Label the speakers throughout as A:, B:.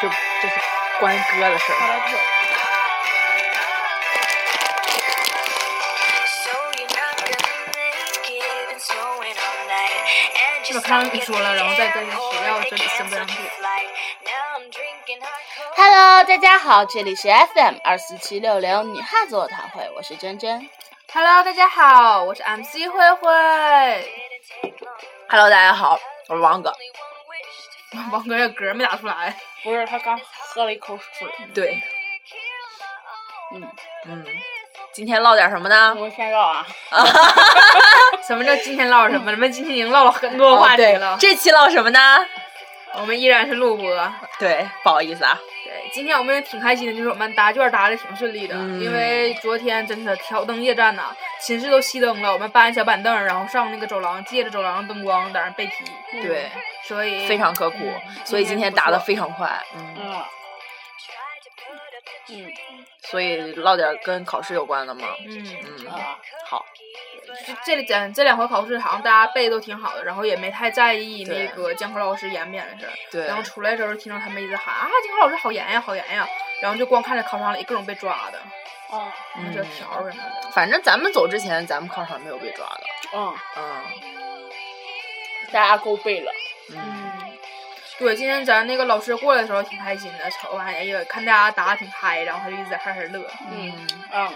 A: 就就是关歌的事
B: 好
A: 儿。
B: 了，不
C: 这把他们说了，然后再跟谁要真的先不让步。
D: Hello，大家好，这里是 FM 二四七六零女汉子座谈会，我是珍珍。
A: Hello，大家好，我是 MC 慧慧。Hello，大家好，我是王哥。 王哥这嗝没打出来。
B: 不是，他刚喝了一口水。
A: 对，
D: 嗯，
A: 嗯，今天唠点什么 呢？
B: 我先绕啊，
A: 什么叫今天唠什么？咱们今天已经唠了很多话题
E: 哦对
A: 了。
E: 这期唠什么呢？
A: 我们依然是录播。
E: 对，不好意思啊，
A: 对，今天我们也挺开心的，就是我们答卷答的挺顺利的，
E: 嗯
A: 因为昨天真是挑灯夜战呐、寝室都熄灯了，我们搬小板凳儿，然后上那个走廊，借着走廊灯光在那儿背题，
E: 对，
A: 所以
E: 非常刻苦，
A: 嗯
E: 所以今天答的
A: 不错
E: 非常快，嗯，
B: 嗯，
C: 嗯，
E: 所以唠点跟考试有关的嘛，
A: 嗯。
E: 嗯，
B: 啊
E: 好，
A: 就这里讲这两回考试，好像大家背的都挺好的，然后也没太在意那
E: 对
A: 个监考老师严不严的事儿。
E: 对
A: 然后出来的时候，听到他们一直喊啊，监考老师好严呀，好严呀。然后就光看着考场里各种被抓的，
B: 嗯
E: 嗯
A: 这条儿什么的。
E: 反正咱们走之前，咱们考场没有被抓的，
B: 嗯，
E: 嗯
B: 大家够背了。
E: 嗯，
A: 嗯，对，今天咱那个老师过来的时候挺开心的，瞅完哎呀，看大家答的挺嗨，然后他就一直在哈哈乐。
B: 嗯嗯，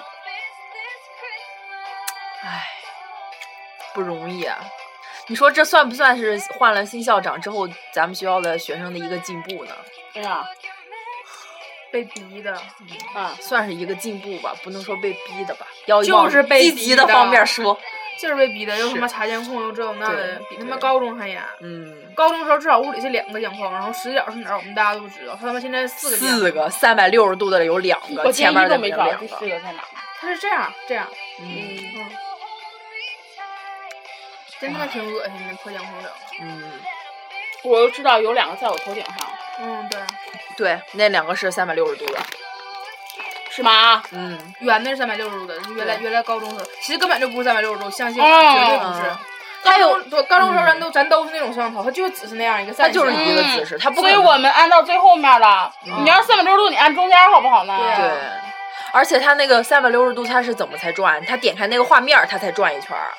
E: 唉，不容易啊。你说这算不算是换了新校长之后，咱们学校的学生的一个进步呢？
B: 对哎呀，
A: 被逼的，
B: 啊，
E: 算是一个进步吧，不能说被逼的吧，要
A: 就是
E: 往
A: 被
E: 积
A: 逼
E: 极的
A: 的
E: 方面说。
A: 就是被逼的，又
E: 是
A: 他妈查监控，又这又那的
E: 对，
A: 比他妈
E: 对
A: 高中还严。
E: 嗯，
A: 高中时候至少物理是两个监控，然后十角是哪儿，我们大家都知道。他他妈现在四个监控
E: 四个三百六十度的有两
B: 我
E: 个，
B: 今
E: 嗯前
B: 天一
E: 面
B: 都
E: 的
B: 没
E: 有
B: 找
E: 两
B: 到第四个在哪？
A: 他是这样这样，
E: 嗯
A: 嗯，真他妈挺恶心的，破监控整的。
E: 嗯，
B: 我就知道有两个在我头顶上，
A: 嗯，对，
E: 对，那两个是三百六十度的。
B: 是吗？
E: 嗯，
A: 圆的是三百六十度的，原来
E: 对
A: 原来高中时候其实根本就不是三百六十度，相信我
B: 哦
A: 绝对不是
E: 嗯。
A: 还有对高中时候咱都咱都是那种摄像头，它就只是那样一个
E: 它
A: 三，
E: 就是一个
B: 嗯
E: 姿势，它不可
B: 所以
E: 能。嗯
B: 我们按到最后面了。你要是三百六十度，你按中间好不好呢？
A: 对啊
E: 对，而且它那个三百六十度它是怎么才转？它点开那个画面儿，它才转一圈儿。啊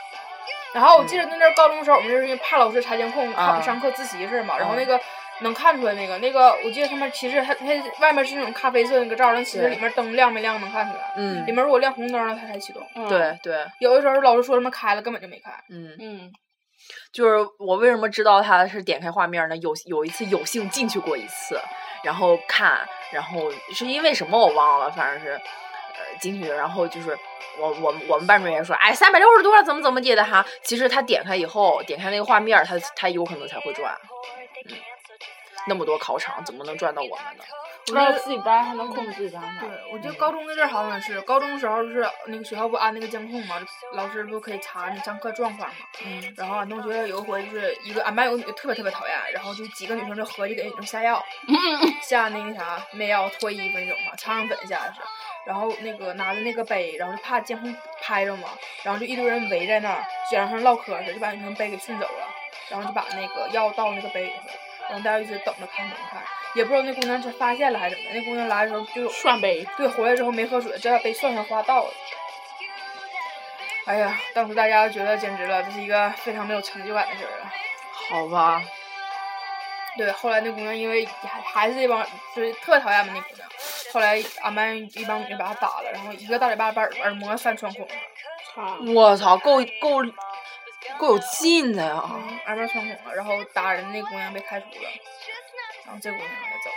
A: 然后我记得那阵儿高中时候，我们就是因为怕老师查监控，怕我们
E: 啊
A: 上课自习是嘛，然后
E: 啊
A: 那个。能看出来那个那个，我记得他们寝室它它外面是那种咖啡色那个罩，但其实
E: 对
A: 里面灯亮没亮能看出来。
E: 嗯
A: 里，面如果亮红灯了，它才启动。
B: 嗯，
E: 对对，
A: 有的时候老师说他们开了，根本就没开。
E: 嗯，
B: 嗯，
E: 就是我为什么知道它是点开画面儿呢？有有一次有幸进去过一次，然后看，然后是因为什么我忘了，反正是呃进去，然后就是。我我们我们班主任也说，哎，三百六十度了，怎么怎么地的哈。其实它点开以后，点开那个画面儿，它它有可能才会转。嗯，那么多考场怎么能转到我们呢？
B: 不知道自己班还能控制自己班呢
A: 对。，我记得高中那阵儿好像是，高中时候就是那个学校不安那个监控嘛，老师不可以查你上课状况嘛。
E: 嗯
A: 然后俺同学有一回就是一个俺班有个女的特别特别讨厌，然后就几个女生就合计给女生下药， 下那个啥媚药脱衣服那种嘛，苍蝇粉下的是。然后那个拿着那个杯，然后就怕监控拍着嘛，然后就一堆人围在那儿，就像唠嗑似的，就把女生杯给送走了，然后就把那个药倒那个杯里头，然后大家一直等着看等着看，也不知道那姑娘是发现了还是怎么的，那姑娘来的时候就有
B: 涮呗，
A: 对，回来之后没喝水，这要被蒜香花倒了。哎呀，当时大家觉得简直了，这是一个非常没有成就感的事儿啊。
E: 好吧，
A: 对，后来那姑娘因为还还是这帮就是特别讨厌嘛那姑娘，后来俺班一帮女的把她打了，然后一个大嘴巴把耳耳膜扇穿孔了，
B: 操！
E: 我操，够够够有劲的呀！
A: 嗯耳膜穿孔了，然后打人那姑娘被开除了，然后这姑娘也走了。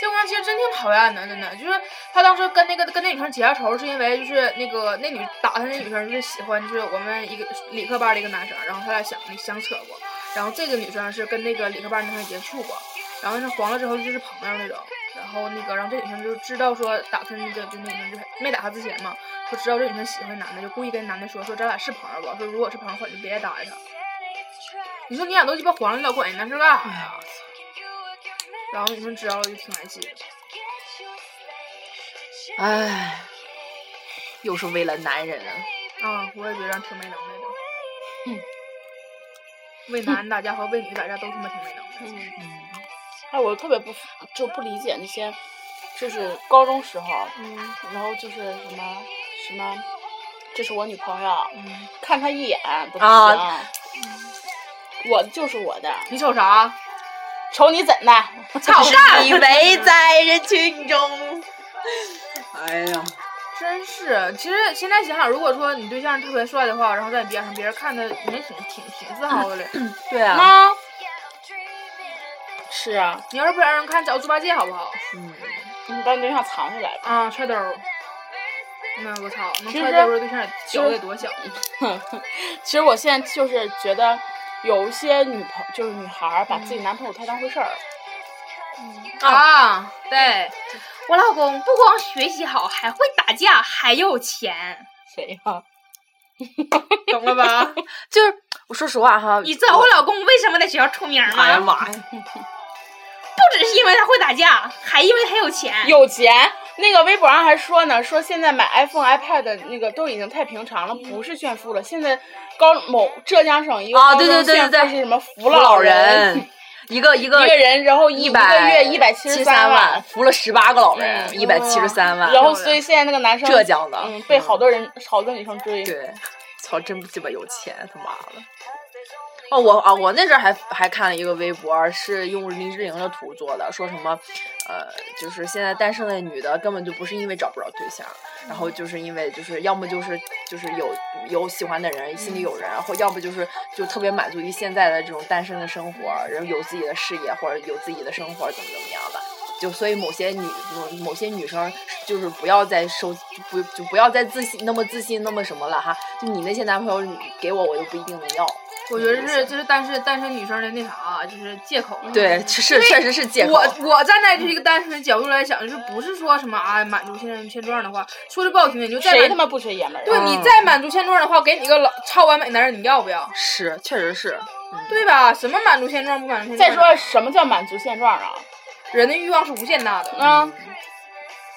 A: 这姑娘其实真挺讨厌的，真的，就是她当时跟那个跟那女生结下仇，是因为就是那个那女打她那女生就是喜欢就是我们一个理科班的一个男生，然后他俩想相扯过，然后这个女生是跟那个理科班男生也接触过，然后那黄了之后就是朋友那种，然后那个然后这女生就知道说打他那个就那女生就没打他之前嘛，说知道这女生喜欢男的，就故意跟男的说说咱俩是朋友吧，说如果是朋友的话你就别再搭理他。你说你俩都鸡巴黄了，你老管人家事干
E: 哎
A: 啥呀？然后女生知道了就挺来气的。
B: 哎
E: 唉，又是为了男人啊。
A: 啊，我也觉得挺没能耐的。 为男打架和为女打架都他妈挺没能耐的。
B: 嗯，哎，我特别不就不理解那些，就是高中时候，然后就是什么什么，这是我女朋友，
A: 嗯
B: 看她一眼都不行，
E: 啊
B: 我就是我的，
A: 你瞅啥？啊
B: 瞅你怎的？
A: 操！
E: 以为在人群中。 哎呀，
A: 真是，其实现在想想，如果说你对象特别帅的话，然后在你边上，别人看他，你也挺挺挺自豪的嘞。
E: 对啊，
B: 啊，是啊，
A: 你要是不让人看，找猪八戒好不好？
E: 嗯，
B: 你把你对象藏起来吧。
A: 啊，揣兜儿。那我操，能
B: 其
A: 揣
B: 实
A: 兜儿的对象
B: 其
A: 脚
B: 实
A: 得多小？
B: 其实我现在就是觉得，有一些女朋就是女孩儿把自
E: 嗯
B: 己男朋友太当回事儿了。
A: 啊，对，我老公不光学习好，还会打架，还有钱，
B: 谁呀、
A: 懂了吧？
E: 就是我说实话哈，
A: 你知道我老公为什么在学校出名
E: 哎呀
A: 吗？
E: 妈呀，
A: 不只是因为他会打架，还因为他有
E: 哎
A: 钱。
B: 有钱。那个微博上还说呢，说现在买 iPhone、iPad 的那个都已经太平常了，不是炫富了。现在高某浙江省一个
E: 啊
B: 高中
E: 对对对
B: 炫
E: 对
B: 富
E: 对
B: 是什么扶
E: 扶老
B: 人，
E: 人，一个一
B: 一
E: 个
B: 个人然后一
E: 一百
B: 一个月一百七十
E: 十
B: 三
E: 万，扶了十八个老人，
B: 嗯
E: 一百七十三万，
B: 然后所以现在那个男生
E: 浙江的，
B: 嗯，被好多人好多女生追。
E: 对，操，真鸡巴有钱，他妈的！哦，我啊，我那阵儿还还看了一个微博，是用林志玲的图做的，说什么，呃，就是现在单身的女的根本就不是因为找不着对象，然后就是因为就是要么就是就是有有喜欢的人，心里有人，或要不就是就特别满足于现在的这种单身的生活，然后有自己的事业或者有自己的生活，怎么怎么样的。就所以某些女某某些女生就是不要再收就不就不要再自信那么自信那么什么了哈，就你那些男朋友你给我我就不一定能要。
A: 我觉得是，就是单身单身女生的那啥，啊就是借口。
E: 对，是是确实是借口。
A: 我我站在这一个单身的角度来讲，就是不是说什么啊满足现在现状的话，说句不好听的，你就再
B: 谁
A: 满
B: 他妈不缺爷们儿啊？
A: 对你
E: 嗯
A: 再满足现状的话，给你个老超完美男人，你要不要？
E: 是，确实是。嗯，
A: 对吧？什么满足现状不满足现状？
B: 再说什么叫满足现状啊？
A: 人的欲望是无限大的，
E: 嗯
B: 啊，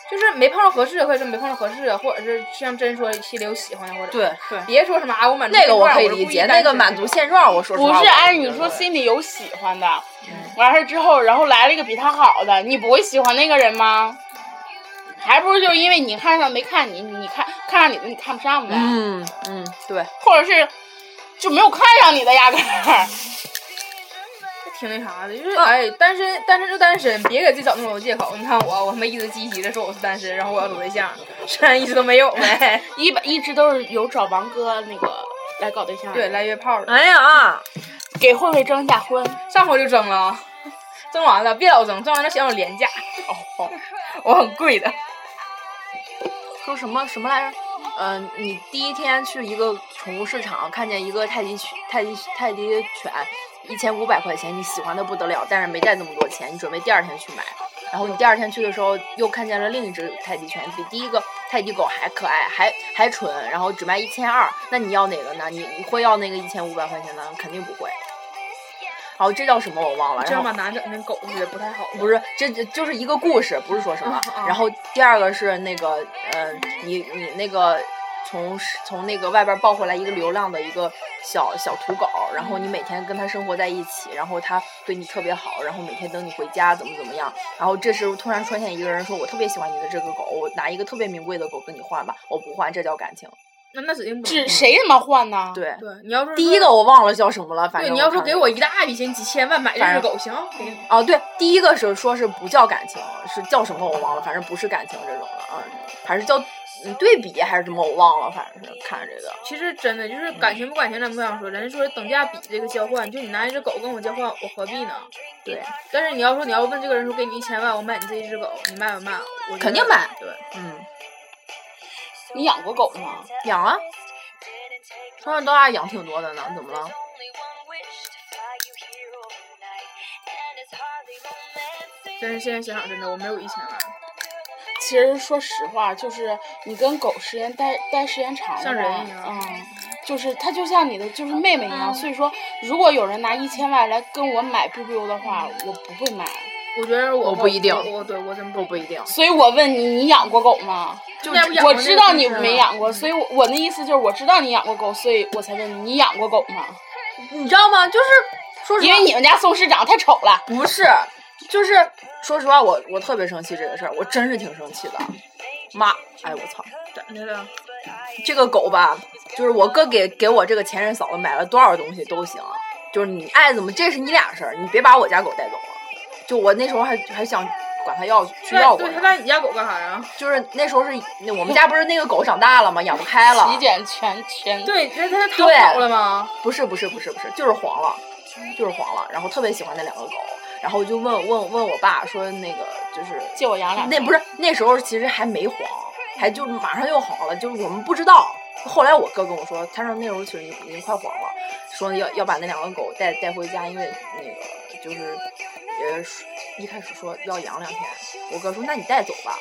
A: 就是没碰上合适，或者是没碰上合适，或者是像真说心里有喜欢的，或者
E: 对对，
A: 别说什么啊我满足
E: 那个我可以
A: 现
E: 理解，
A: 状我是故意单
E: 那个
A: 身
E: 满足现状，我说实
B: 不
E: 话
B: 是
E: 我
B: 按
E: 觉
B: 你
E: 得
B: 说心里有喜欢的，完事儿之后，然后来了一个比他好的，你不会喜欢那个人吗？还不是就是因为你看上没看你，你看看上你的你看不上呗，
E: 嗯嗯，对，
B: 或者是就没有看上你的压根儿。
A: 挺那啥的，
E: 啊
A: 就是哎，单身单身就单身，别给自己找那么多借口。你看我，我他妈一直积极的说我是单身，然后我要找对象， 虽然一直都没有呗。
B: 一般一直都是有找王哥那个来搞对象，
A: 对，来约炮了，
E: 哎呀，
B: 给慧慧征一下婚。
A: 上回就争了，啊争完了别老争，争完了想想廉价，
B: 哦，
A: 我很贵的。
E: 说什么什么来着？嗯、你第一天去一个宠物市场，看见一个泰迪犬，泰迪泰迪犬，一千五百块钱，你喜欢的不得了，但是没带这么多钱，你准备第二天去买。然后你第二天去的时候，又看见了另一只泰迪犬，比第一个泰迪狗还可爱，还还蠢，然后只卖一千二。那你要哪个呢？你你会要那个一千五百块钱的？肯定不会。好，这叫什么我忘了。
A: 这
E: 然
A: 样
E: 后
A: 把男整跟狗似的，不太好。
E: 不是，这这就是一个故事，不是说什么。
A: 嗯嗯
E: 然后第二个是那个，呃，你你那个从是从那个外边抱回来一个流浪的一个小小土狗，然后你
A: 嗯
E: 每天跟它生活在一起，然后它对你特别好，然后每天等你回家怎么怎么样。然后这时候突然出现一个人说：“我特别喜欢你的这个狗，我拿一个特别名贵的狗跟你换吧。”我不换，这叫感情。
A: 那那指定不能
B: 这谁他妈换呢？
E: 对，
A: 对，你要说
E: 第一个我忘了叫什么了，反
A: 对，
E: 正
A: 你要说
E: 看
A: 给
E: 了
A: 我一大笔钱，几千万买这
E: 反
A: 只
E: 正
A: 狗，行，给你。
E: 哦，对，第一个是说是不叫感情，是叫什么我忘了，反正不是感情这种的啊，还是叫嗯对比还是什么我忘了，反正是看这个。
A: 其实真的就是感情不感情，咱不想说，人家说等价比这个交换，就你拿一只狗跟我交换，我何必呢？
E: 对，
A: 但是你要说你要问这个人说给你一千万，我买你这一只狗，你卖不卖？我觉得
E: 肯定买
A: 对，
E: 嗯，
B: 你养过狗吗？
E: 养啊，从小到大养挺多的呢，怎么了？
A: 但是现在想想真的，我没有一千万，
B: 其实说实话，就是你跟狗时间待待时间长了吧，
A: 像人一样
B: 嗯，就是它就像你的就是妹妹一样。所以说，如果有人拿一千万来跟我买 biu 的话，我不会买。
A: 我觉得我
E: 我不一定
A: 我我对我真
E: 我
A: 不
E: 不一定，
B: 所以我问你，你养过狗吗？
E: 就
A: 那不养过
B: 我
A: 那
B: 知
A: 个
B: 道
A: 真
B: 你
A: 是
B: 没
A: 吗
B: 养过，所以我我的意思就是我知道你养过狗，所以我才问你，你养过狗吗？
E: 你知道吗？就是说实
B: 因为你们家宋市长太丑了，
E: 不是，就是说实话，我我特别生气这个事儿，我真是挺生气的。妈，哎我操，真
A: 真的，
E: 这个狗吧，就是我哥给给我这个前任嫂子买了多少东西都行，就是你爱怎么，这是你俩事儿，你别把我家狗带走了。就我那时候还还想管他要去要
A: 那
E: 过
A: 对
E: 呢，
A: 他带你家狗干啥呀？
E: 就是那时候是那我们家不是那个狗长大了吗？养不开了
B: 席，卷全全。
A: 对，那他逃
E: 对
A: 跑了吗？
E: 不是不是不是不是，就是黄了，就是黄了。然后特别喜欢那两个狗，然后我就问问问我爸说那个就是
B: 借我养两
E: 那
B: 天。
E: 不是那时候其实还没黄，还就马上又黄了，就是我们不知道。后来我哥跟我说，他说那时候其实已经快黄了，说要要把那两个狗带带回家，因为那个就是呃一开始说要养两天，我哥说那你带走吧，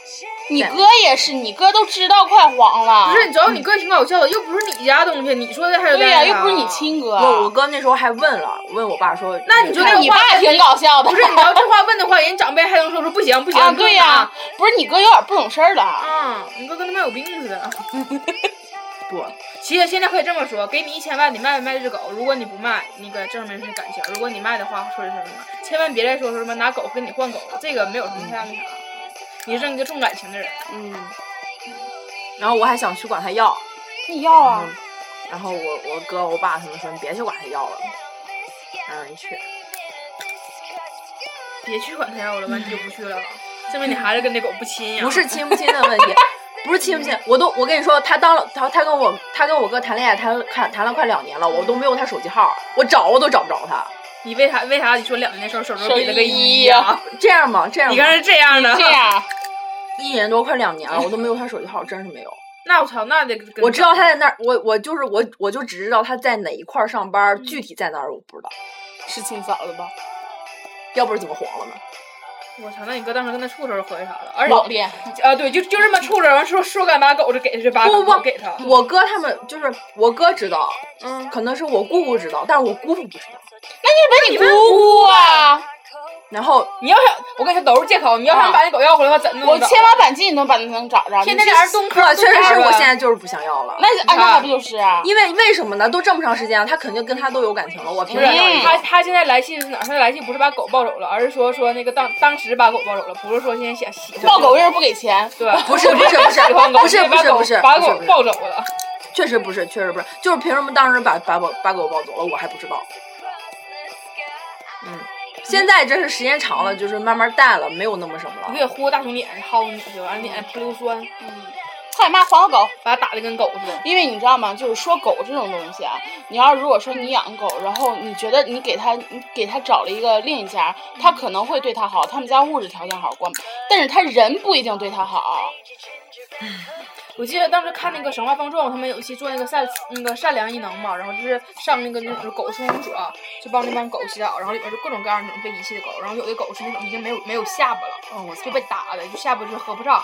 B: 你哥也是，你哥都知道快黄了。
A: 不是，你知道你哥挺搞笑的，又不是你家东西，你说的还是
B: 啊嗯对呀、
A: 带啊
B: 又
A: 啥
B: 不是你亲哥。
E: 我我哥那时候还问了，问我爸说，
A: 那你就
B: 那
A: 那
B: 你
A: 话
B: 爸挺搞笑的。
A: 不是，你要这话问的话，人长辈还能说说不行不行。
B: 啊，对呀、不是你哥有点不懂事儿了。
A: 啊，你哥跟他妈有病似的。
E: 不，
A: 其实现在可以这么说，给你一千万，你卖没卖这只狗？如果你不卖，那个这上面是感情；如果你卖的话，说是什么？千万别再说说什么拿狗跟你换狗，这个没有什么太大那啥。你是一个重感情的人，
E: 嗯，然后我还想去管他要，
B: 你要啊？
E: 然后我我哥我爸他们说你别去管他要了，嗯让人去。
A: 别去管他要了，完你就不去了，证明你还是跟那狗不亲呀。
E: 不是亲不亲的问题，不是亲不亲，我都我跟你说，他当了他他跟我他跟我哥谈恋爱谈看谈了快两年了，我都没有他手机号，我找我都找不着他。
A: 你为啥为啥你说两年的时候手指头比了个
B: 手一
A: 一呀？
E: 这样吧，这样
A: 你刚
E: 吧，
A: 才这样的，
B: 这样，
E: 一年多快两年了，我都没有他手机号，真是 没有。
A: 那我操，那得跟
E: 我知道他在那儿，我我就是我我就只知道他在哪一块儿上班，具体在哪儿我不知道，
B: 是亲嫂子吧？
E: 要不是怎么黄了呢？
A: 我操，那你哥当时跟他处的时候合计啥了？而
B: 老
A: 且
B: 练，
A: 啊，对，就就这么处着，完说说敢把狗就给他，就把
E: 不
A: 狗
E: 不
A: 给他。
E: 不，我哥他们就是我哥知道，
A: 嗯，
E: 可能是我姑姑知道，但是我姑父不知道。
B: 那你问姑姑啊？
E: 然后
A: 你要想，我跟你说都是借
E: 啊
A: 口。你要想把那狗要回来的话，怎么
B: 我千方百计你能把他能找着。
A: 天天
B: 你去
A: 俩人东
E: 可
A: 坑
E: 啊确实是我现
A: 在
E: 在就是不想要了。
B: 那
A: 看
B: 啊，那还不就是啊？
E: 因为为什么呢？都这么长时间了，他肯定跟他都有感情了。我凭
A: 不
E: 什
A: 是
E: 么要
B: 嗯
E: 你？
A: 他，他现在来信是哪儿？他来信不是把狗抱走了，而是说说那个当当时把狗抱走了，不是说现在想喜欢
B: 抱狗为什么不给钱？
A: 对，
E: 不是不是不是
A: 喜欢狗，
E: 不是
A: 所以
E: 不
A: 把
E: 是
A: 狗
E: 不是
A: 把
E: 不是
A: 狗
E: 不是
A: 抱走了。
E: 确实不是，确实不是，就是凭什么当时把把我把狗抱走了，我还不知道。嗯，现在真是时间长了，就是慢慢淡了，没有那么什么
A: 你
E: 了。
A: 给呼个大熊脸，薅你去，完脸不溜酸，
B: 快嗯妈还我狗！
A: 把他打的跟狗似的。
B: 因为你知道吗？就是说狗这种东西啊，你要如果说你养狗，然后你觉得你给它，你给它找了一个另一家，它可能会对它好，他们家物质条件好过，但是它人不一定对它好。啊
A: 我记得当时看那个《神话方仲，他们有一期做那个善那个善良异能嘛，然后就是上那个那种狗收容所，就帮那帮狗洗澡，然后里面就各种各样那种被遗弃的狗，然后有的狗是那种已经没有没有下巴了，
E: 哦，我
A: 就被打的，就下巴就是合不上，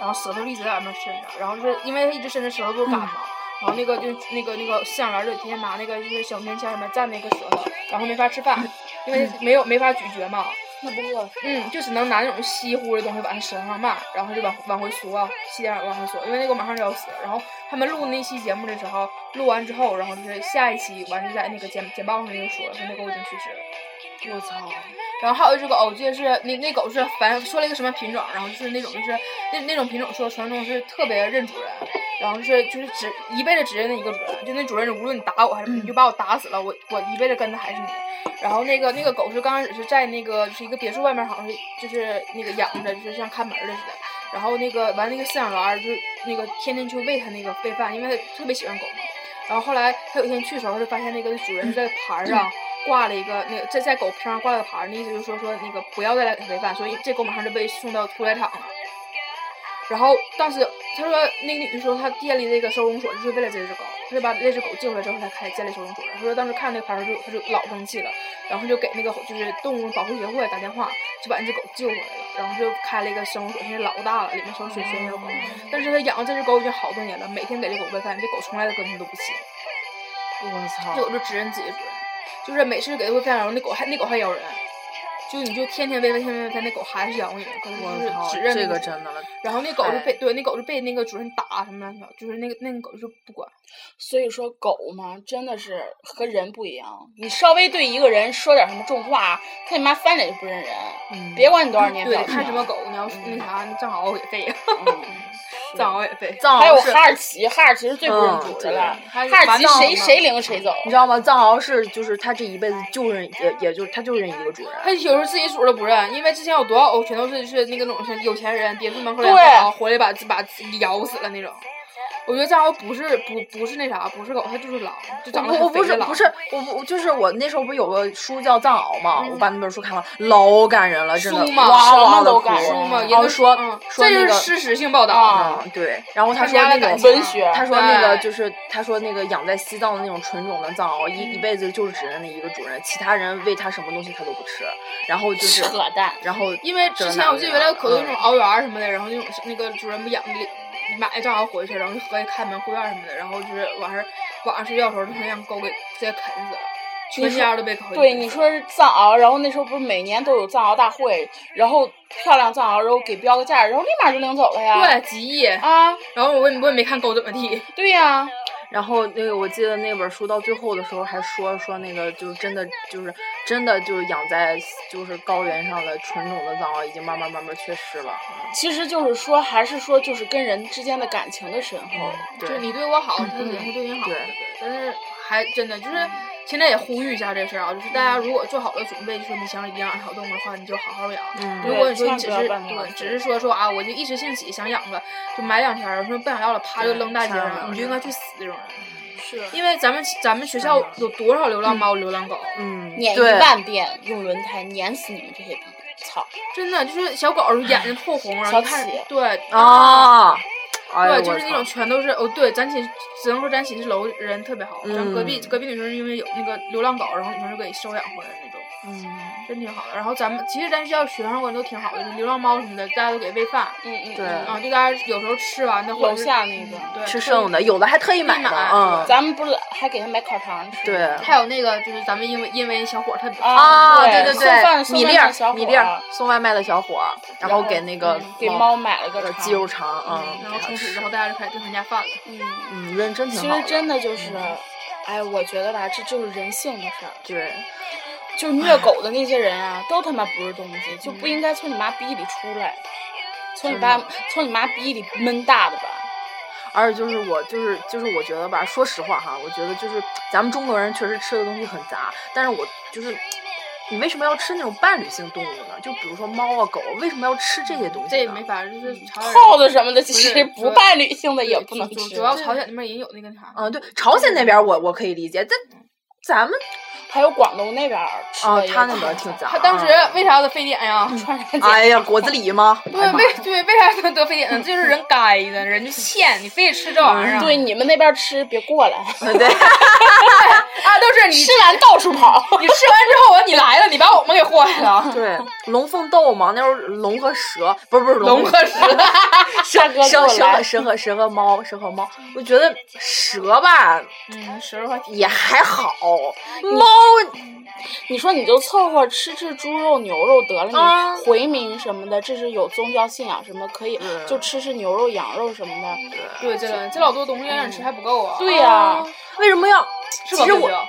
A: 然后舌头一直在外面伸着，然后就是因为它一直伸着舌头都干
B: 嗯
A: 嘛，然后那个就那个那个饲养员就天天拿那个就是小棉签儿什么蘸那个舌头，然后没法吃饭，因为没有没法咀嚼嘛，
B: 那不饿
A: 嗯，就只能拿那种稀乎的东西往它舌头上骂，然后就往往回缩啊，吸点儿往回缩，因为那个马上就要死了。然后他们录那期节目的时候，录完之后，然后就是下一期完就在那个简简报上就说了，说那狗已经去世了。
E: 我操！
A: 然后还有一只狗，我记得是那那狗是反说了一个什么品种，然后就是那种就是那那种品种说传说中是特别认主人，然后是就是只一辈子只认那一个主人，就那主人无论你打我还是你就把我打死了，我我一辈子跟的还是你。然后那个那个狗是刚开始是在那个就是一个别墅外面，好像是就是那个养着，就是像看门儿的似的。然后那个完那个饲养员儿就是那个天天去喂它那个喂饭，因为它特别喜欢狗嘛。然后后来他有一天去的时候，他就发现那个主人是 在牌儿上挂了一个那个在在狗身上挂了个牌儿，那意思就是说说那个不要再来给它喂饭，所以这狗马上就被送到屠宰场了。然后当时他说那个女的说她建立这个收容所就是为了这只狗，他就把这只狗救回来之后，他开始建立收容所。他说当时看那个牌儿就他就老生气了，然后就给那个就是动物保护协会打电话，就把那只狗救回来了，然后就开了一个收容所，现在老大了，里面收水全是狗。但是他养这只狗已经好多年了，每天给这狗喂饭，这狗从来都跟他都不亲。
E: 我
A: 这
E: 操！
A: 狗就只认自己主人，就是每次给它喂饭，然后那狗还那狗还咬人，就你就天天喂喂天天喂喂，那狗还是咬你，可能就是
E: 我操，
A: 只认
E: 这
A: 那
E: 个
A: 主
E: 真的了，
A: 然后那狗就
E: 哎
A: 被对那狗就被那个主人打什么乱七八糟，就是那个那个狗就是不管。
B: 所以说狗嘛，真的是和人不一样。你稍微对一个人说点什么重话，他你妈翻脸就不认人。
E: 嗯
B: 别管你多少年
A: 对，
B: 表
A: 得
B: 情，
A: 看什么狗，你要是那啥，藏獒也废，
B: 嗯
A: 藏獒也废。
E: 藏
B: 还有
E: 獒哦是
B: 哈士奇，哈士奇是最不认
E: 嗯
B: 主
E: 对
B: 的了。
A: 还有
B: 哈
A: 玩
B: 士奇
A: 藏獒
B: 谁
A: 嘛
B: 谁领谁走，
E: 你知道吗？藏獒是就是它这一辈子就认，也也就是它就认一个主人。
A: 他有时候自己主都不认，因为之前有多少偶全都是就是那个种是有钱人，别墅门口养
B: 对
A: 藏獒，回来把自把自己咬死了那种。我觉得藏獒不是不不是那啥，不是狗，它就是狼，就长得
E: 我我
A: 很
E: 不
A: 肥
E: 是
A: 的狼。
E: 不是我不就是我那时候不是有个书叫《藏獒》嘛，我把那本书看完，老感人了，真的
A: 书嘛
E: 哇
B: 什
E: 哇
B: 么
E: 的
B: 都
E: 哭。
B: 感人
A: 是吗？也
E: 然后
A: 就是
E: 哦说
A: 嗯
E: 说
A: 这就
E: 那
A: 是
E: 个
A: 事实性报道。
B: 啊
E: 嗯对，然后他
A: 看
E: 说
A: 家的
E: 那个
A: 感情啊
B: 文学。
E: 他说那个
A: 对
E: 就是他说那个养在西藏的那种纯种的藏獒，一
A: 嗯
E: 一辈子就是只认那一个主人，其他人喂它什么东西它都不吃，然后就是
D: 扯淡。
E: 然后
A: 因为之
E: 真的
A: 前我记得原来有可多
E: 嗯
A: 那种獒园儿什么的，然后那种那个主人不养的，买正好回去，然后就合计开门护院儿什么的，然后就是晚上晚上睡觉的时候，他让狗给直接啃死了，全家都被狗给啃死了。
B: 对，你说是藏獒，然后那时候不是每年都有藏獒大会，然后漂亮藏獒，然后给标个价，然后立马就领走了呀。
A: 对几亿，
B: 啊，
A: 然后我问我也没看狗怎么地，
B: 对呀、
E: 然后那个我记得那本书到最后的时候还说说那个就是真的就是真的就是养在就是高原上的纯种的藏獒已经慢慢慢慢缺失了。
B: 其实就是说，还是说就是跟人之间的感情的深厚。
A: 嗯就是
E: 嗯对，
A: 你对我好，它肯定会对你好。
E: 对
A: 但是还真的就是现在也呼吁一下这事儿啊，就是大家如果做好了准备，就是你想养小动物的话，你就好好养。
E: 嗯
A: 如果
B: 对
A: 你说你只
B: 千
A: 是
B: 万不要半途而
A: 对，
B: 废
A: 只是说说啊，我就一时兴起想养个，就买两条儿，说不想要了，啪就
E: 对
A: 扔大街
E: 千万不
A: 上，
E: 要
A: 你就应该去死这种人。
B: 是，
A: 因为咱们咱们学校有多少流浪猫、流浪狗，
E: 嗯，
B: 撵一
E: 对，
B: 万遍，用轮胎碾死你们这些逼！操，
A: 真的就是小狗儿眼睛透红，然后
B: 小
A: 一看
B: 企
A: 对。
E: 啊，哎呦
A: 对，就是那
E: 我
A: 种
E: 操
A: 全都是哦，对，咱寝只能说咱寝室楼人特别好，咱隔壁
E: 嗯
A: 隔壁女生因为有那个流浪狗，然后女生就给收养回来那种，
E: 嗯，
A: 真挺好的。然后咱们其实咱学校学生关系都挺好的，就是流浪猫什么的，大家都给喂饭，
B: 嗯嗯，
E: 对
A: 啊，就大家有时候吃完的或
B: 楼
A: 者是嗯
B: 下那个，
A: 对
E: 吃
A: 特
E: 剩的，有的还特意买
A: 特意买
E: 呢，嗯，
B: 咱们不是还给他买烤肠吃？
E: 对。
A: 还有那个就是咱们因为因为小伙儿特别
B: 啊，
E: 对
B: 对
E: 对
B: 送饭
E: 对，
B: 送
E: 米
B: 饭
E: 粒
B: 的
E: 儿
B: 小伙
E: 米粒儿
B: 儿，
E: 送外卖的小伙儿，然后给那个
B: 嗯给猫买了个
E: 呃
B: 肠
E: 鸡肉肠，嗯，
A: 然后从此之后大家就开始订他家饭了。
B: 嗯，
E: 嗯，认真挺
B: 其
E: 好
B: 实真的就是，哎，我觉得吧，这就是人性的事儿。
E: 对，
B: 就是虐狗的那些人啊，都他妈不是东西，就不应该从你妈逼里出来，从你爸从你妈逼里闷大的吧。
E: 而且就是我就是就是我觉得吧，说实话哈，我觉得就是咱们中国人确实吃的东西很杂，但是我就是你为什么要吃那种伴侣性动物呢？就比如说猫啊狗，为什么要吃这些东
A: 这
E: 西
A: 也
E: 呢？
A: 没法，就是朝鲜
B: 耗子什么的，其
A: 是
B: 实
A: 主
B: 不
A: 要
B: 伴侣性的
A: 对
B: 也不能
A: 主主
B: 吃
A: 主。要朝鲜那边也有那个啥，
E: 嗯，对，朝鲜那边我我可以理解，但咱们
B: 还有广东那边儿吃
E: 啊
B: 的，也
E: 他
B: 挺
E: 那边儿
B: 好
E: 挺
B: 的
E: 杂。
A: 他当时
B: 啊
E: 嗯
A: 为啥得非典呀？
B: 穿山甲
E: 哎呀，果子狸吗？
A: 对，为对为啥得得非典呢？这就是人该的，人就欠你，非得吃这玩意儿。
B: 嗯对，你们那边儿吃别过来，
E: 嗯对，
A: 啊，都是你
B: 吃完到处跑。
A: 你吃完之后，我你来了，你把我们给祸害了。
B: 嗯
E: 对，龙凤斗嘛，那时候龙和蛇，不是不是
A: 龙
E: 和
A: 和蛇，
B: 大哥
E: 蛇
B: 过
E: 蛇和
B: 来，
E: 蛇和蛇和猫，蛇和猫，我觉得蛇吧
A: 嗯，蛇的话挺
E: 也还好，
B: 你说你就凑合吃吃猪肉、牛肉得了，
E: 啊
B: 你回民什么的，这是有宗教信仰什么可以
E: 嗯，
B: 就吃吃牛肉、羊肉什么的。
A: 对，真的，这老多东西让你吃还不够啊。
B: 对呀、
E: 为什么要？其
A: 是吧，
E: 实
A: 彪
E: 我
A: 彪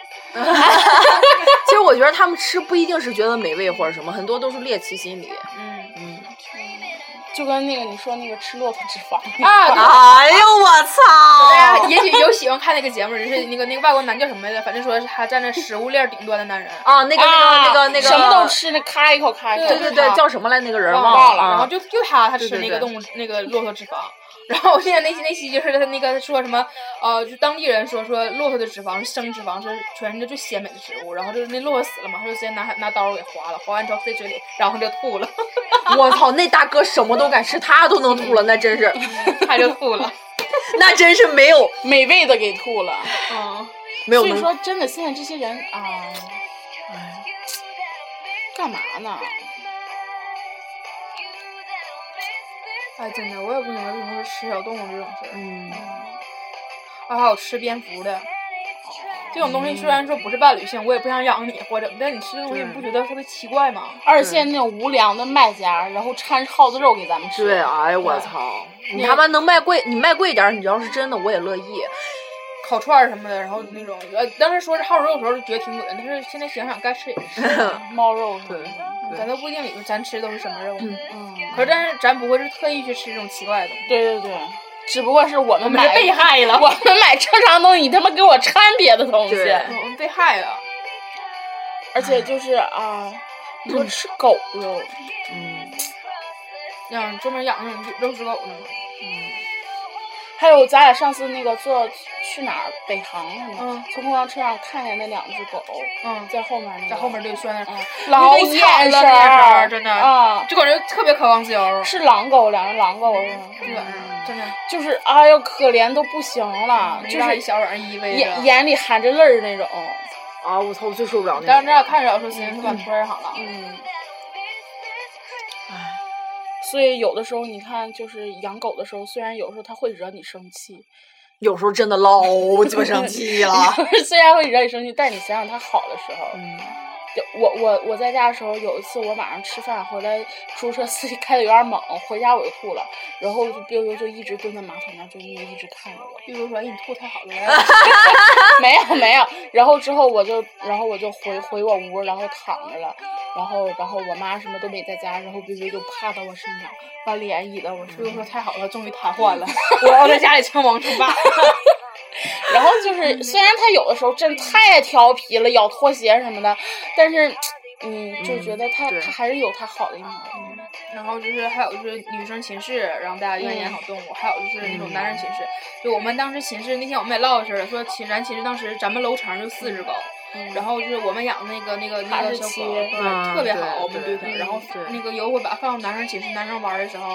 E: 其实我觉得他们吃不一定是觉得美味或者什么，很多都是猎奇心理。
A: 嗯
E: 嗯，
B: 就跟那个你说那个吃骆驼脂肪，
A: 啊，对
E: 哎呦我
A: 大家
E: 操！
A: 也许有喜欢看那个节目，就是那个那个外国男叫什么来着？反正说是他站在食物链顶端的男人。
E: 啊，那个那个那个那个，
B: 什么都吃，啊那咔一口咔一口。
E: 对对对，叫什么来？那个人
A: 忘
E: 忘
A: 了，然后
E: 啊。
A: 就就他他
E: 对
A: 吃
E: 对
A: 那
E: 对
A: 个动物那个骆驼脂肪，然后我记得那期那期就是他那个说什么呃，就当地人说说骆驼的脂肪是生脂肪，是全世界最鲜美的植物，然后就是那骆驼死了嘛，他就直接拿拿刀给划了，划完之后塞嘴里，然后就吐了，
E: 我操，那大哥什么都敢吃，他都能吐了，那真是，
A: 他就吐 了，
E: 那真是没有
B: 美味的给吐了，
A: 嗯，
E: 没有
B: 所以
E: 能
B: 说真的，现在这些人啊，哎干嘛呢？
A: 哎，真的我也不明白为什么说吃小动物这种事儿，
E: 嗯，
A: 啊，还有吃蝙蝠的，这种东西虽然说不是伴侣性，我也不想养你或者，但你吃这东西
E: 对
A: 你不觉得特别奇怪吗？
B: 而且那种无良的卖家，然后掺耗子肉给咱们吃。
E: 对，哎呀我操！你他妈能卖贵，你卖贵点儿，你要是真的我也乐意。
A: 烤串儿什么的，然后那种呃，当时说是耗肉的时候就觉得挺恶心，但是现在想想该吃也 吃，
B: 猫肉什
E: 对
B: 么的。
E: 对
A: 咱都不一定里头咱吃都是什么肉，
E: 嗯
B: 嗯，
A: 可是但是咱不会是特意去吃这种奇怪的东西，
B: 对对对，只不过是我
A: 我
B: 们
A: 们是
B: 买
A: 被害了，
B: 我们买正常东西，你他妈给我掺别的东西，
E: 对
A: 嗯我们被害了。
B: 而且就是啊，你说吃狗肉，
E: 嗯，
A: 养专门养那种肉食狗的吗？
B: 还有咱俩上次那个坐去哪儿北航什么，
A: 嗯
B: 从公交车上看见那两只狗
A: 嗯，
B: 在后面、那个，
A: 在后面对拴那儿，
B: 嗯，
A: 老
B: 那个
A: 惨了
B: 眼神
A: 那
B: 儿
A: 时候真的
B: 啊、
A: 就感觉特别渴望自由，
B: 是狼狗，两只狼狗是吗？
A: 这晚上真的
B: 就是哎呦可怜都不行了，
A: 嗯
B: 就
A: 让一
B: 是
A: 小软依偎
B: 眼
A: 着。
B: 眼里含着泪儿那种，
E: 啊，我操，我最受不了那
A: 当
E: 种。
A: 时咱俩看着，说寻思把托儿好了，
B: 嗯。所以有的时候你看，就是养狗的时候，虽然有时候它会惹你生气，
E: 有时候真的老鸡巴生气了。
B: 虽然会惹你生气，但是你想想它好的时候，
E: 啊嗯，
B: 就我我我在家的时候，有一次我晚上吃饭回来，出租车司机开的有点猛，回家我就吐了，然后就彪彪就一直蹲在马桶那儿，就一直看着我，
A: 比如说，哎，你吐太 好了，来来
B: 没有没有，然后之后我就然后我就回回我屋，然后躺着了，然后然后我妈什么都没在家，然后彪彪就趴到我身上，把脸倚到我身
A: 比如
B: 上
A: 说，太好了，终于瘫痪 了，我要在家里称王称霸。
B: 然后
E: 嗯
B: 就是虽然他有的时候真太调皮了，咬拖鞋什么的，但是嗯，就觉得他、
E: 对
B: 他还是有他好的一面儿，
A: 然后就是还有就是女生寝室，然后大家愿意养好动物，还有就是
E: 嗯
A: 那种男人寝室，就我们当时寝室那天我们也唠的事儿，说寝咱寝室当时咱们楼层就四只狗，
B: 嗯
A: 然后就是我们养那个那个那
B: 哈
A: 个
B: 士
A: 小
B: 奇
A: 狗，对
E: 嗯
A: 特别
E: 对
A: 好，我们
E: 对
A: 它。
E: 嗯
A: 然后
E: 对
A: 那个有会把它放到男生寝室，男生玩儿的时候，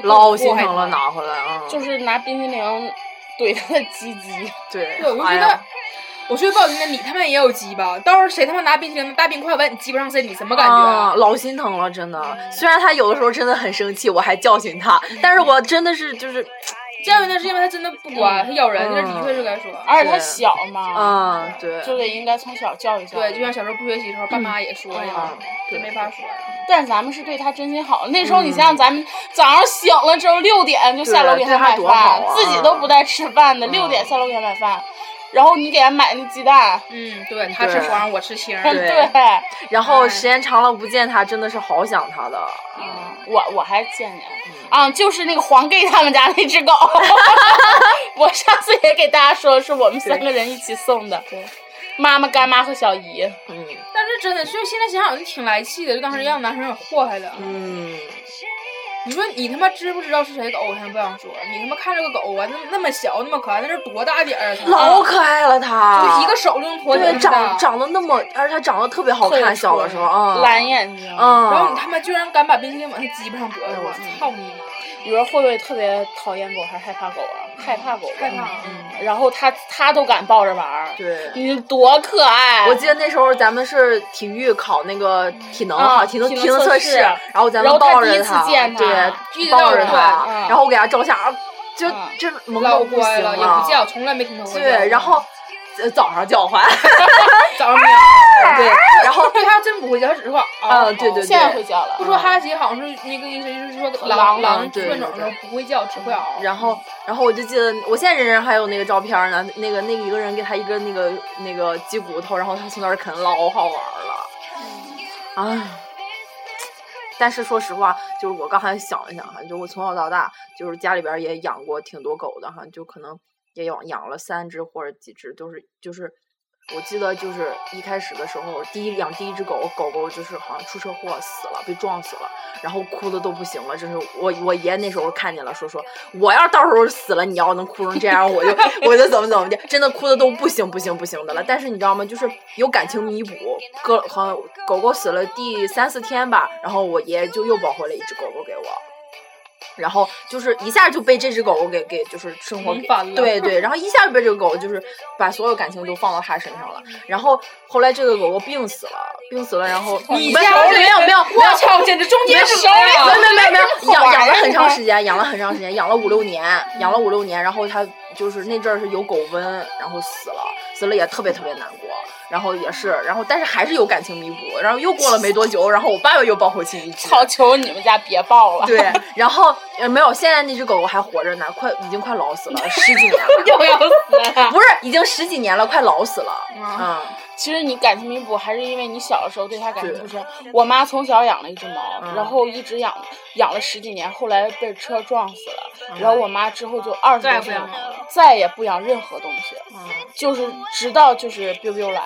A: 就
E: 老
A: 各种
E: 心
A: 祸害
E: 疼了，
A: 它
E: 拿回来啊。
B: 就是拿冰淇淋怼他的鸡鸡。
E: 对，
A: 对，我就
E: 哎
A: 觉
E: 呀
A: 得，我觉得报警的你他们也有鸡巴，到时候谁他妈拿冰淇淋大冰块往你鸡巴上塞，你什么感觉
E: 啊，
A: 啊？
E: 老心疼了，真的。虽然他有的时候真的很生气，我还教训他，
A: 嗯
E: 但是我真的是就是，
A: 这样那是因为它真的不
E: 嗯
A: 乖，它咬人，这的确是该说。
B: 而且他
E: 对
B: 小嘛，
E: 嗯，对，
B: 就得应该从小教育教育。
A: 对，就像小时候不学习的时候，爸妈也说呀
E: 嗯，
A: 这没法说。
B: 但是咱们是对他真心好。那时候你想想，咱们早上醒了之后六点就下楼给
E: 嗯对对
B: 买
E: 他多好
B: 饭，
E: 啊嗯
B: 自己都不带吃饭的，六点下楼给他买饭，然后你给他买那鸡蛋，
A: 嗯，对，他吃
E: 对
A: 黄，我吃青 儿。
E: 哎对然
A: 哎
E: 后时间长了不见他，真的是好想他的。
B: 嗯我我还见见啊，就是那个黄 gay 他们家那只狗， 我上次也给大家说，是我们三个人一起送的，妈妈、干妈和小姨。
E: 嗯
A: 但是真的，就现在想想，就挺来气的，就当时让男生给祸害的。
E: 嗯，
A: 你说你他妈知不知道是谁狗？我现在不想说，你他妈看着个狗啊，那那么小，那么可爱，那是多大点儿啊？
E: 老可爱了他，
A: 就一个手就能拖起来
E: 对
A: 的。
E: 长长得那么，而且他长得特别好看，小的时候啊，嗯
B: 蓝眼睛，
E: 嗯，
A: 然后你他妈居然敢把冰淇淋往他鸡巴上
E: 哎
A: 怼，我操你妈！
B: 你说会不会特别讨厌狗，还是害怕狗啊？害怕狗吧，
A: 害怕嗯
B: 然后他他都敢抱着玩儿，
E: 对。
B: 你多可爱！
E: 我记得那时候咱们是体育考那个体能
B: 啊
E: 哈，体能
B: 体能
E: 体能
B: 测
E: 测
B: 试
E: 试，然后咱
B: 然后
E: 们
B: 他
E: 抱
B: 第一
E: 着
B: 次见他
E: 对，
A: 一直
E: 抱
A: 到
E: 着
A: 对
E: 他
B: 嗯，
E: 然后给他照相，啊就
B: 嗯
E: 真萌
A: 老
E: 到不
A: 乖
E: 行
A: 了，也不叫，从来没听他过叫。
E: 对，然后呃早上叫唤，
A: 早上喵，
E: 对，然后
A: 对他真不会叫，他只是说嗷。
E: 嗯，对对对，嗯
B: 现在会叫了，
A: 不说哈士奇，好像是那个意思，就是说
B: 狼
A: 狼狼
E: 啊对
A: 变种的时候
E: 对嗯
A: 不会叫，只会嗷。
E: 然后，然后我就记得，我现在仍然还有那个照片儿呢。那个那个一个人给他一个那个那个鸡骨头，然后他从那儿啃，老好玩儿了。唉，但是说实话，就是我刚才想了想哈，就我从小到大，就是家里边儿也养过挺多狗的哈，就可能也有养了三只或者几只，都是就是。我记得就是一开始的时候，第一养第一只狗，狗狗就是好像出车祸死了，被撞死了，然后哭的都不行了，真是我我爷那时候看见了，说说我要到时候死了，你要能哭成这样，我就我就怎么怎么的，真的哭的都不行不行不行的了。但是你知道吗？就是有感情弥补，哥好像狗狗死了第三四天吧，然后我爷就又抱回来一只狗狗给我。然后就是一下就被这只狗狗给给就是生活
A: 萌
E: 给
A: 翻了
E: 对对，然后一下就被这个狗就是把所有感情都放到它身上了。然后后来这个狗狗病死了，病死了，然后
A: 你
E: 没
A: 家
E: 有
A: 这
E: 没有没有没有
A: 我操，简直中间是
B: 没有啊
E: 没有没有没有，养养了很长
B: 间。
E: 时间，养了很长时间，养了五六年，养了五六年，然后它就是那阵儿是有狗瘟，然后死了，死了也特别特别难过。然后也是，然后但是还是有感情弥补。然后又过了没多久，然后我爸爸又抱回去一只。
B: 操！求你们家别抱 了，
E: 对，然后呃没有，现在那只狗狗还活着呢，快已经快老死了，十几年了，
B: 又要死 了。
E: 不是已经十几年了，快老死了。嗯，
B: 其实你感情弥补还是因为你小的时候对它感情不深。我妈从小养了一只猫，
E: 嗯
B: 然后一直养，养了十几年，后来被车撞死了。
E: 嗯
B: 然后我妈之后就二十
A: 再也
B: 多
A: 不
B: 岁
A: 养猫了
B: 再也不养任何东西，就是直到就是 biu biu 来。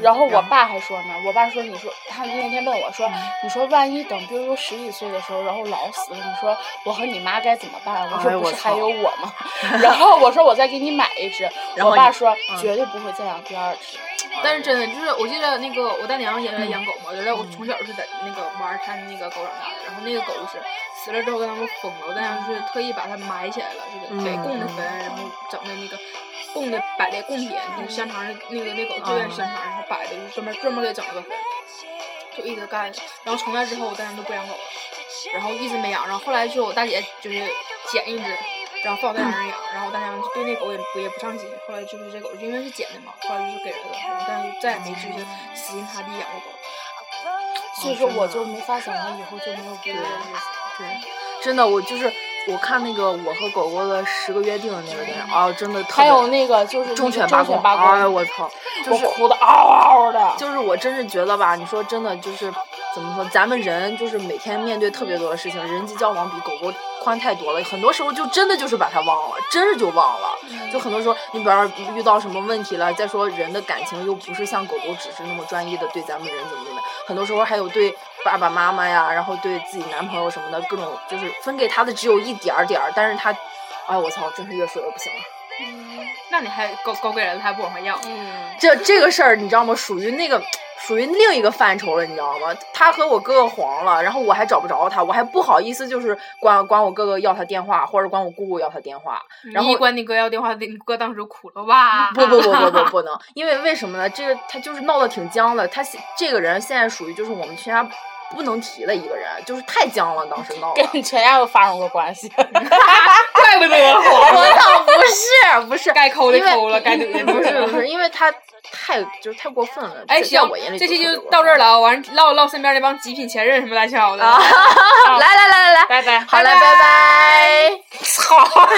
B: 然后我
E: 嗯然后嗯
B: 爸还说呢，我爸说你说他那天问我说，你说万一等 biu biu 十几岁的时候，然后老死了，你说我和你妈该怎么办？我
E: 哎
B: 说不
E: 我
B: 是还
E: 操
B: 有我 吗？然后我说我再给你买一只，
E: 然后
B: 我爸
E: 你
B: 说
E: 嗯
B: 绝对不会再养第二只。
A: 但是真的就是，我记得那个我大娘原来养狗嘛，原来我从小是在那个马尔山那个狗长大的，然后那个狗就是死了之后，我大娘就疯了，我大娘就是特意把它埋起来了，就给给供着坟，然后整的那个供的摆的供品，就是香肠那个那狗就愿意吃香肠，然后摆的就是专门专门给整了个坟，就一直干。然后从那之后，我大娘就不养狗了，然后一直没养，然后后来就我大姐就是捡一只。然后放我大娘那儿养，然后我大娘就对那狗也不也不上心。后来就是这狗，因为是捡的嘛，后来就是给人了，然后但是再也没就是死心塌地养过狗。
B: 所以说我就没法想到以后就没有别的日子。
E: 对，真的，我就是我看那个《我和狗狗的十个约定》的那个电影，啊，真的特别
B: 还有那个就是那个
E: 忠犬
B: 忠
E: 公
B: 犬，八
E: 哎
B: 公，
E: 我操，就
B: 我
E: 是
B: 哭的嗷嗷的。
E: 就是我真是觉得吧，你说真的就是怎么说，咱们人就是每天面对特别多的事情，人际交往比狗狗宽太多了，很多时候就真的就是把它忘了，真是就忘了。就很多时候，你比方说遇到什么问题了，再说人的感情又不是像狗狗只是那么专一的对咱们人怎么怎么样，很多时候还有对爸爸妈妈呀，然后对自己男朋友什么的各种，就是分给他的只有一点儿点儿，但是他，哎我操，真是越说越不行了。
A: 那你还狗狗给人了还不往回要？
B: 嗯，
E: 这这个事儿你知道吗？属于那个，属于另一个范畴了，你知道吗？他和我哥哥黄了，然后我还找不着他，我还不好意思，就是管管我哥哥要他电话，或者管我姑姑要他电话。然
A: 你一
E: 后
A: 管你哥要电话，你哥当时哭了哇！
E: 不不不不不不能， 因为为什么呢？这个他就是闹得挺僵的，他现这个人现在属于就是我们全家不能提的一个人，就是太僵了，当时闹的。
B: 跟全家都发生过 关系。
A: 怪不得
E: 我
A: 我
E: 操，不是不是，
A: 该抠的
E: 因为
A: 抠了，该得的
E: 不
A: 得
E: 是
A: 了
E: 不是，因为他太就是太过分了。
A: 哎，
E: 在
A: 行
E: 在我眼里，
A: 这期
E: 是太
A: 就
E: 过
A: 到
E: 分
A: 这儿了啊！完唠唠身边那帮极品前任什么乱七八糟的。
E: 啊！来来来来来，
A: 拜拜，
E: 好嘞，
A: 拜
E: 拜拜。
B: 操！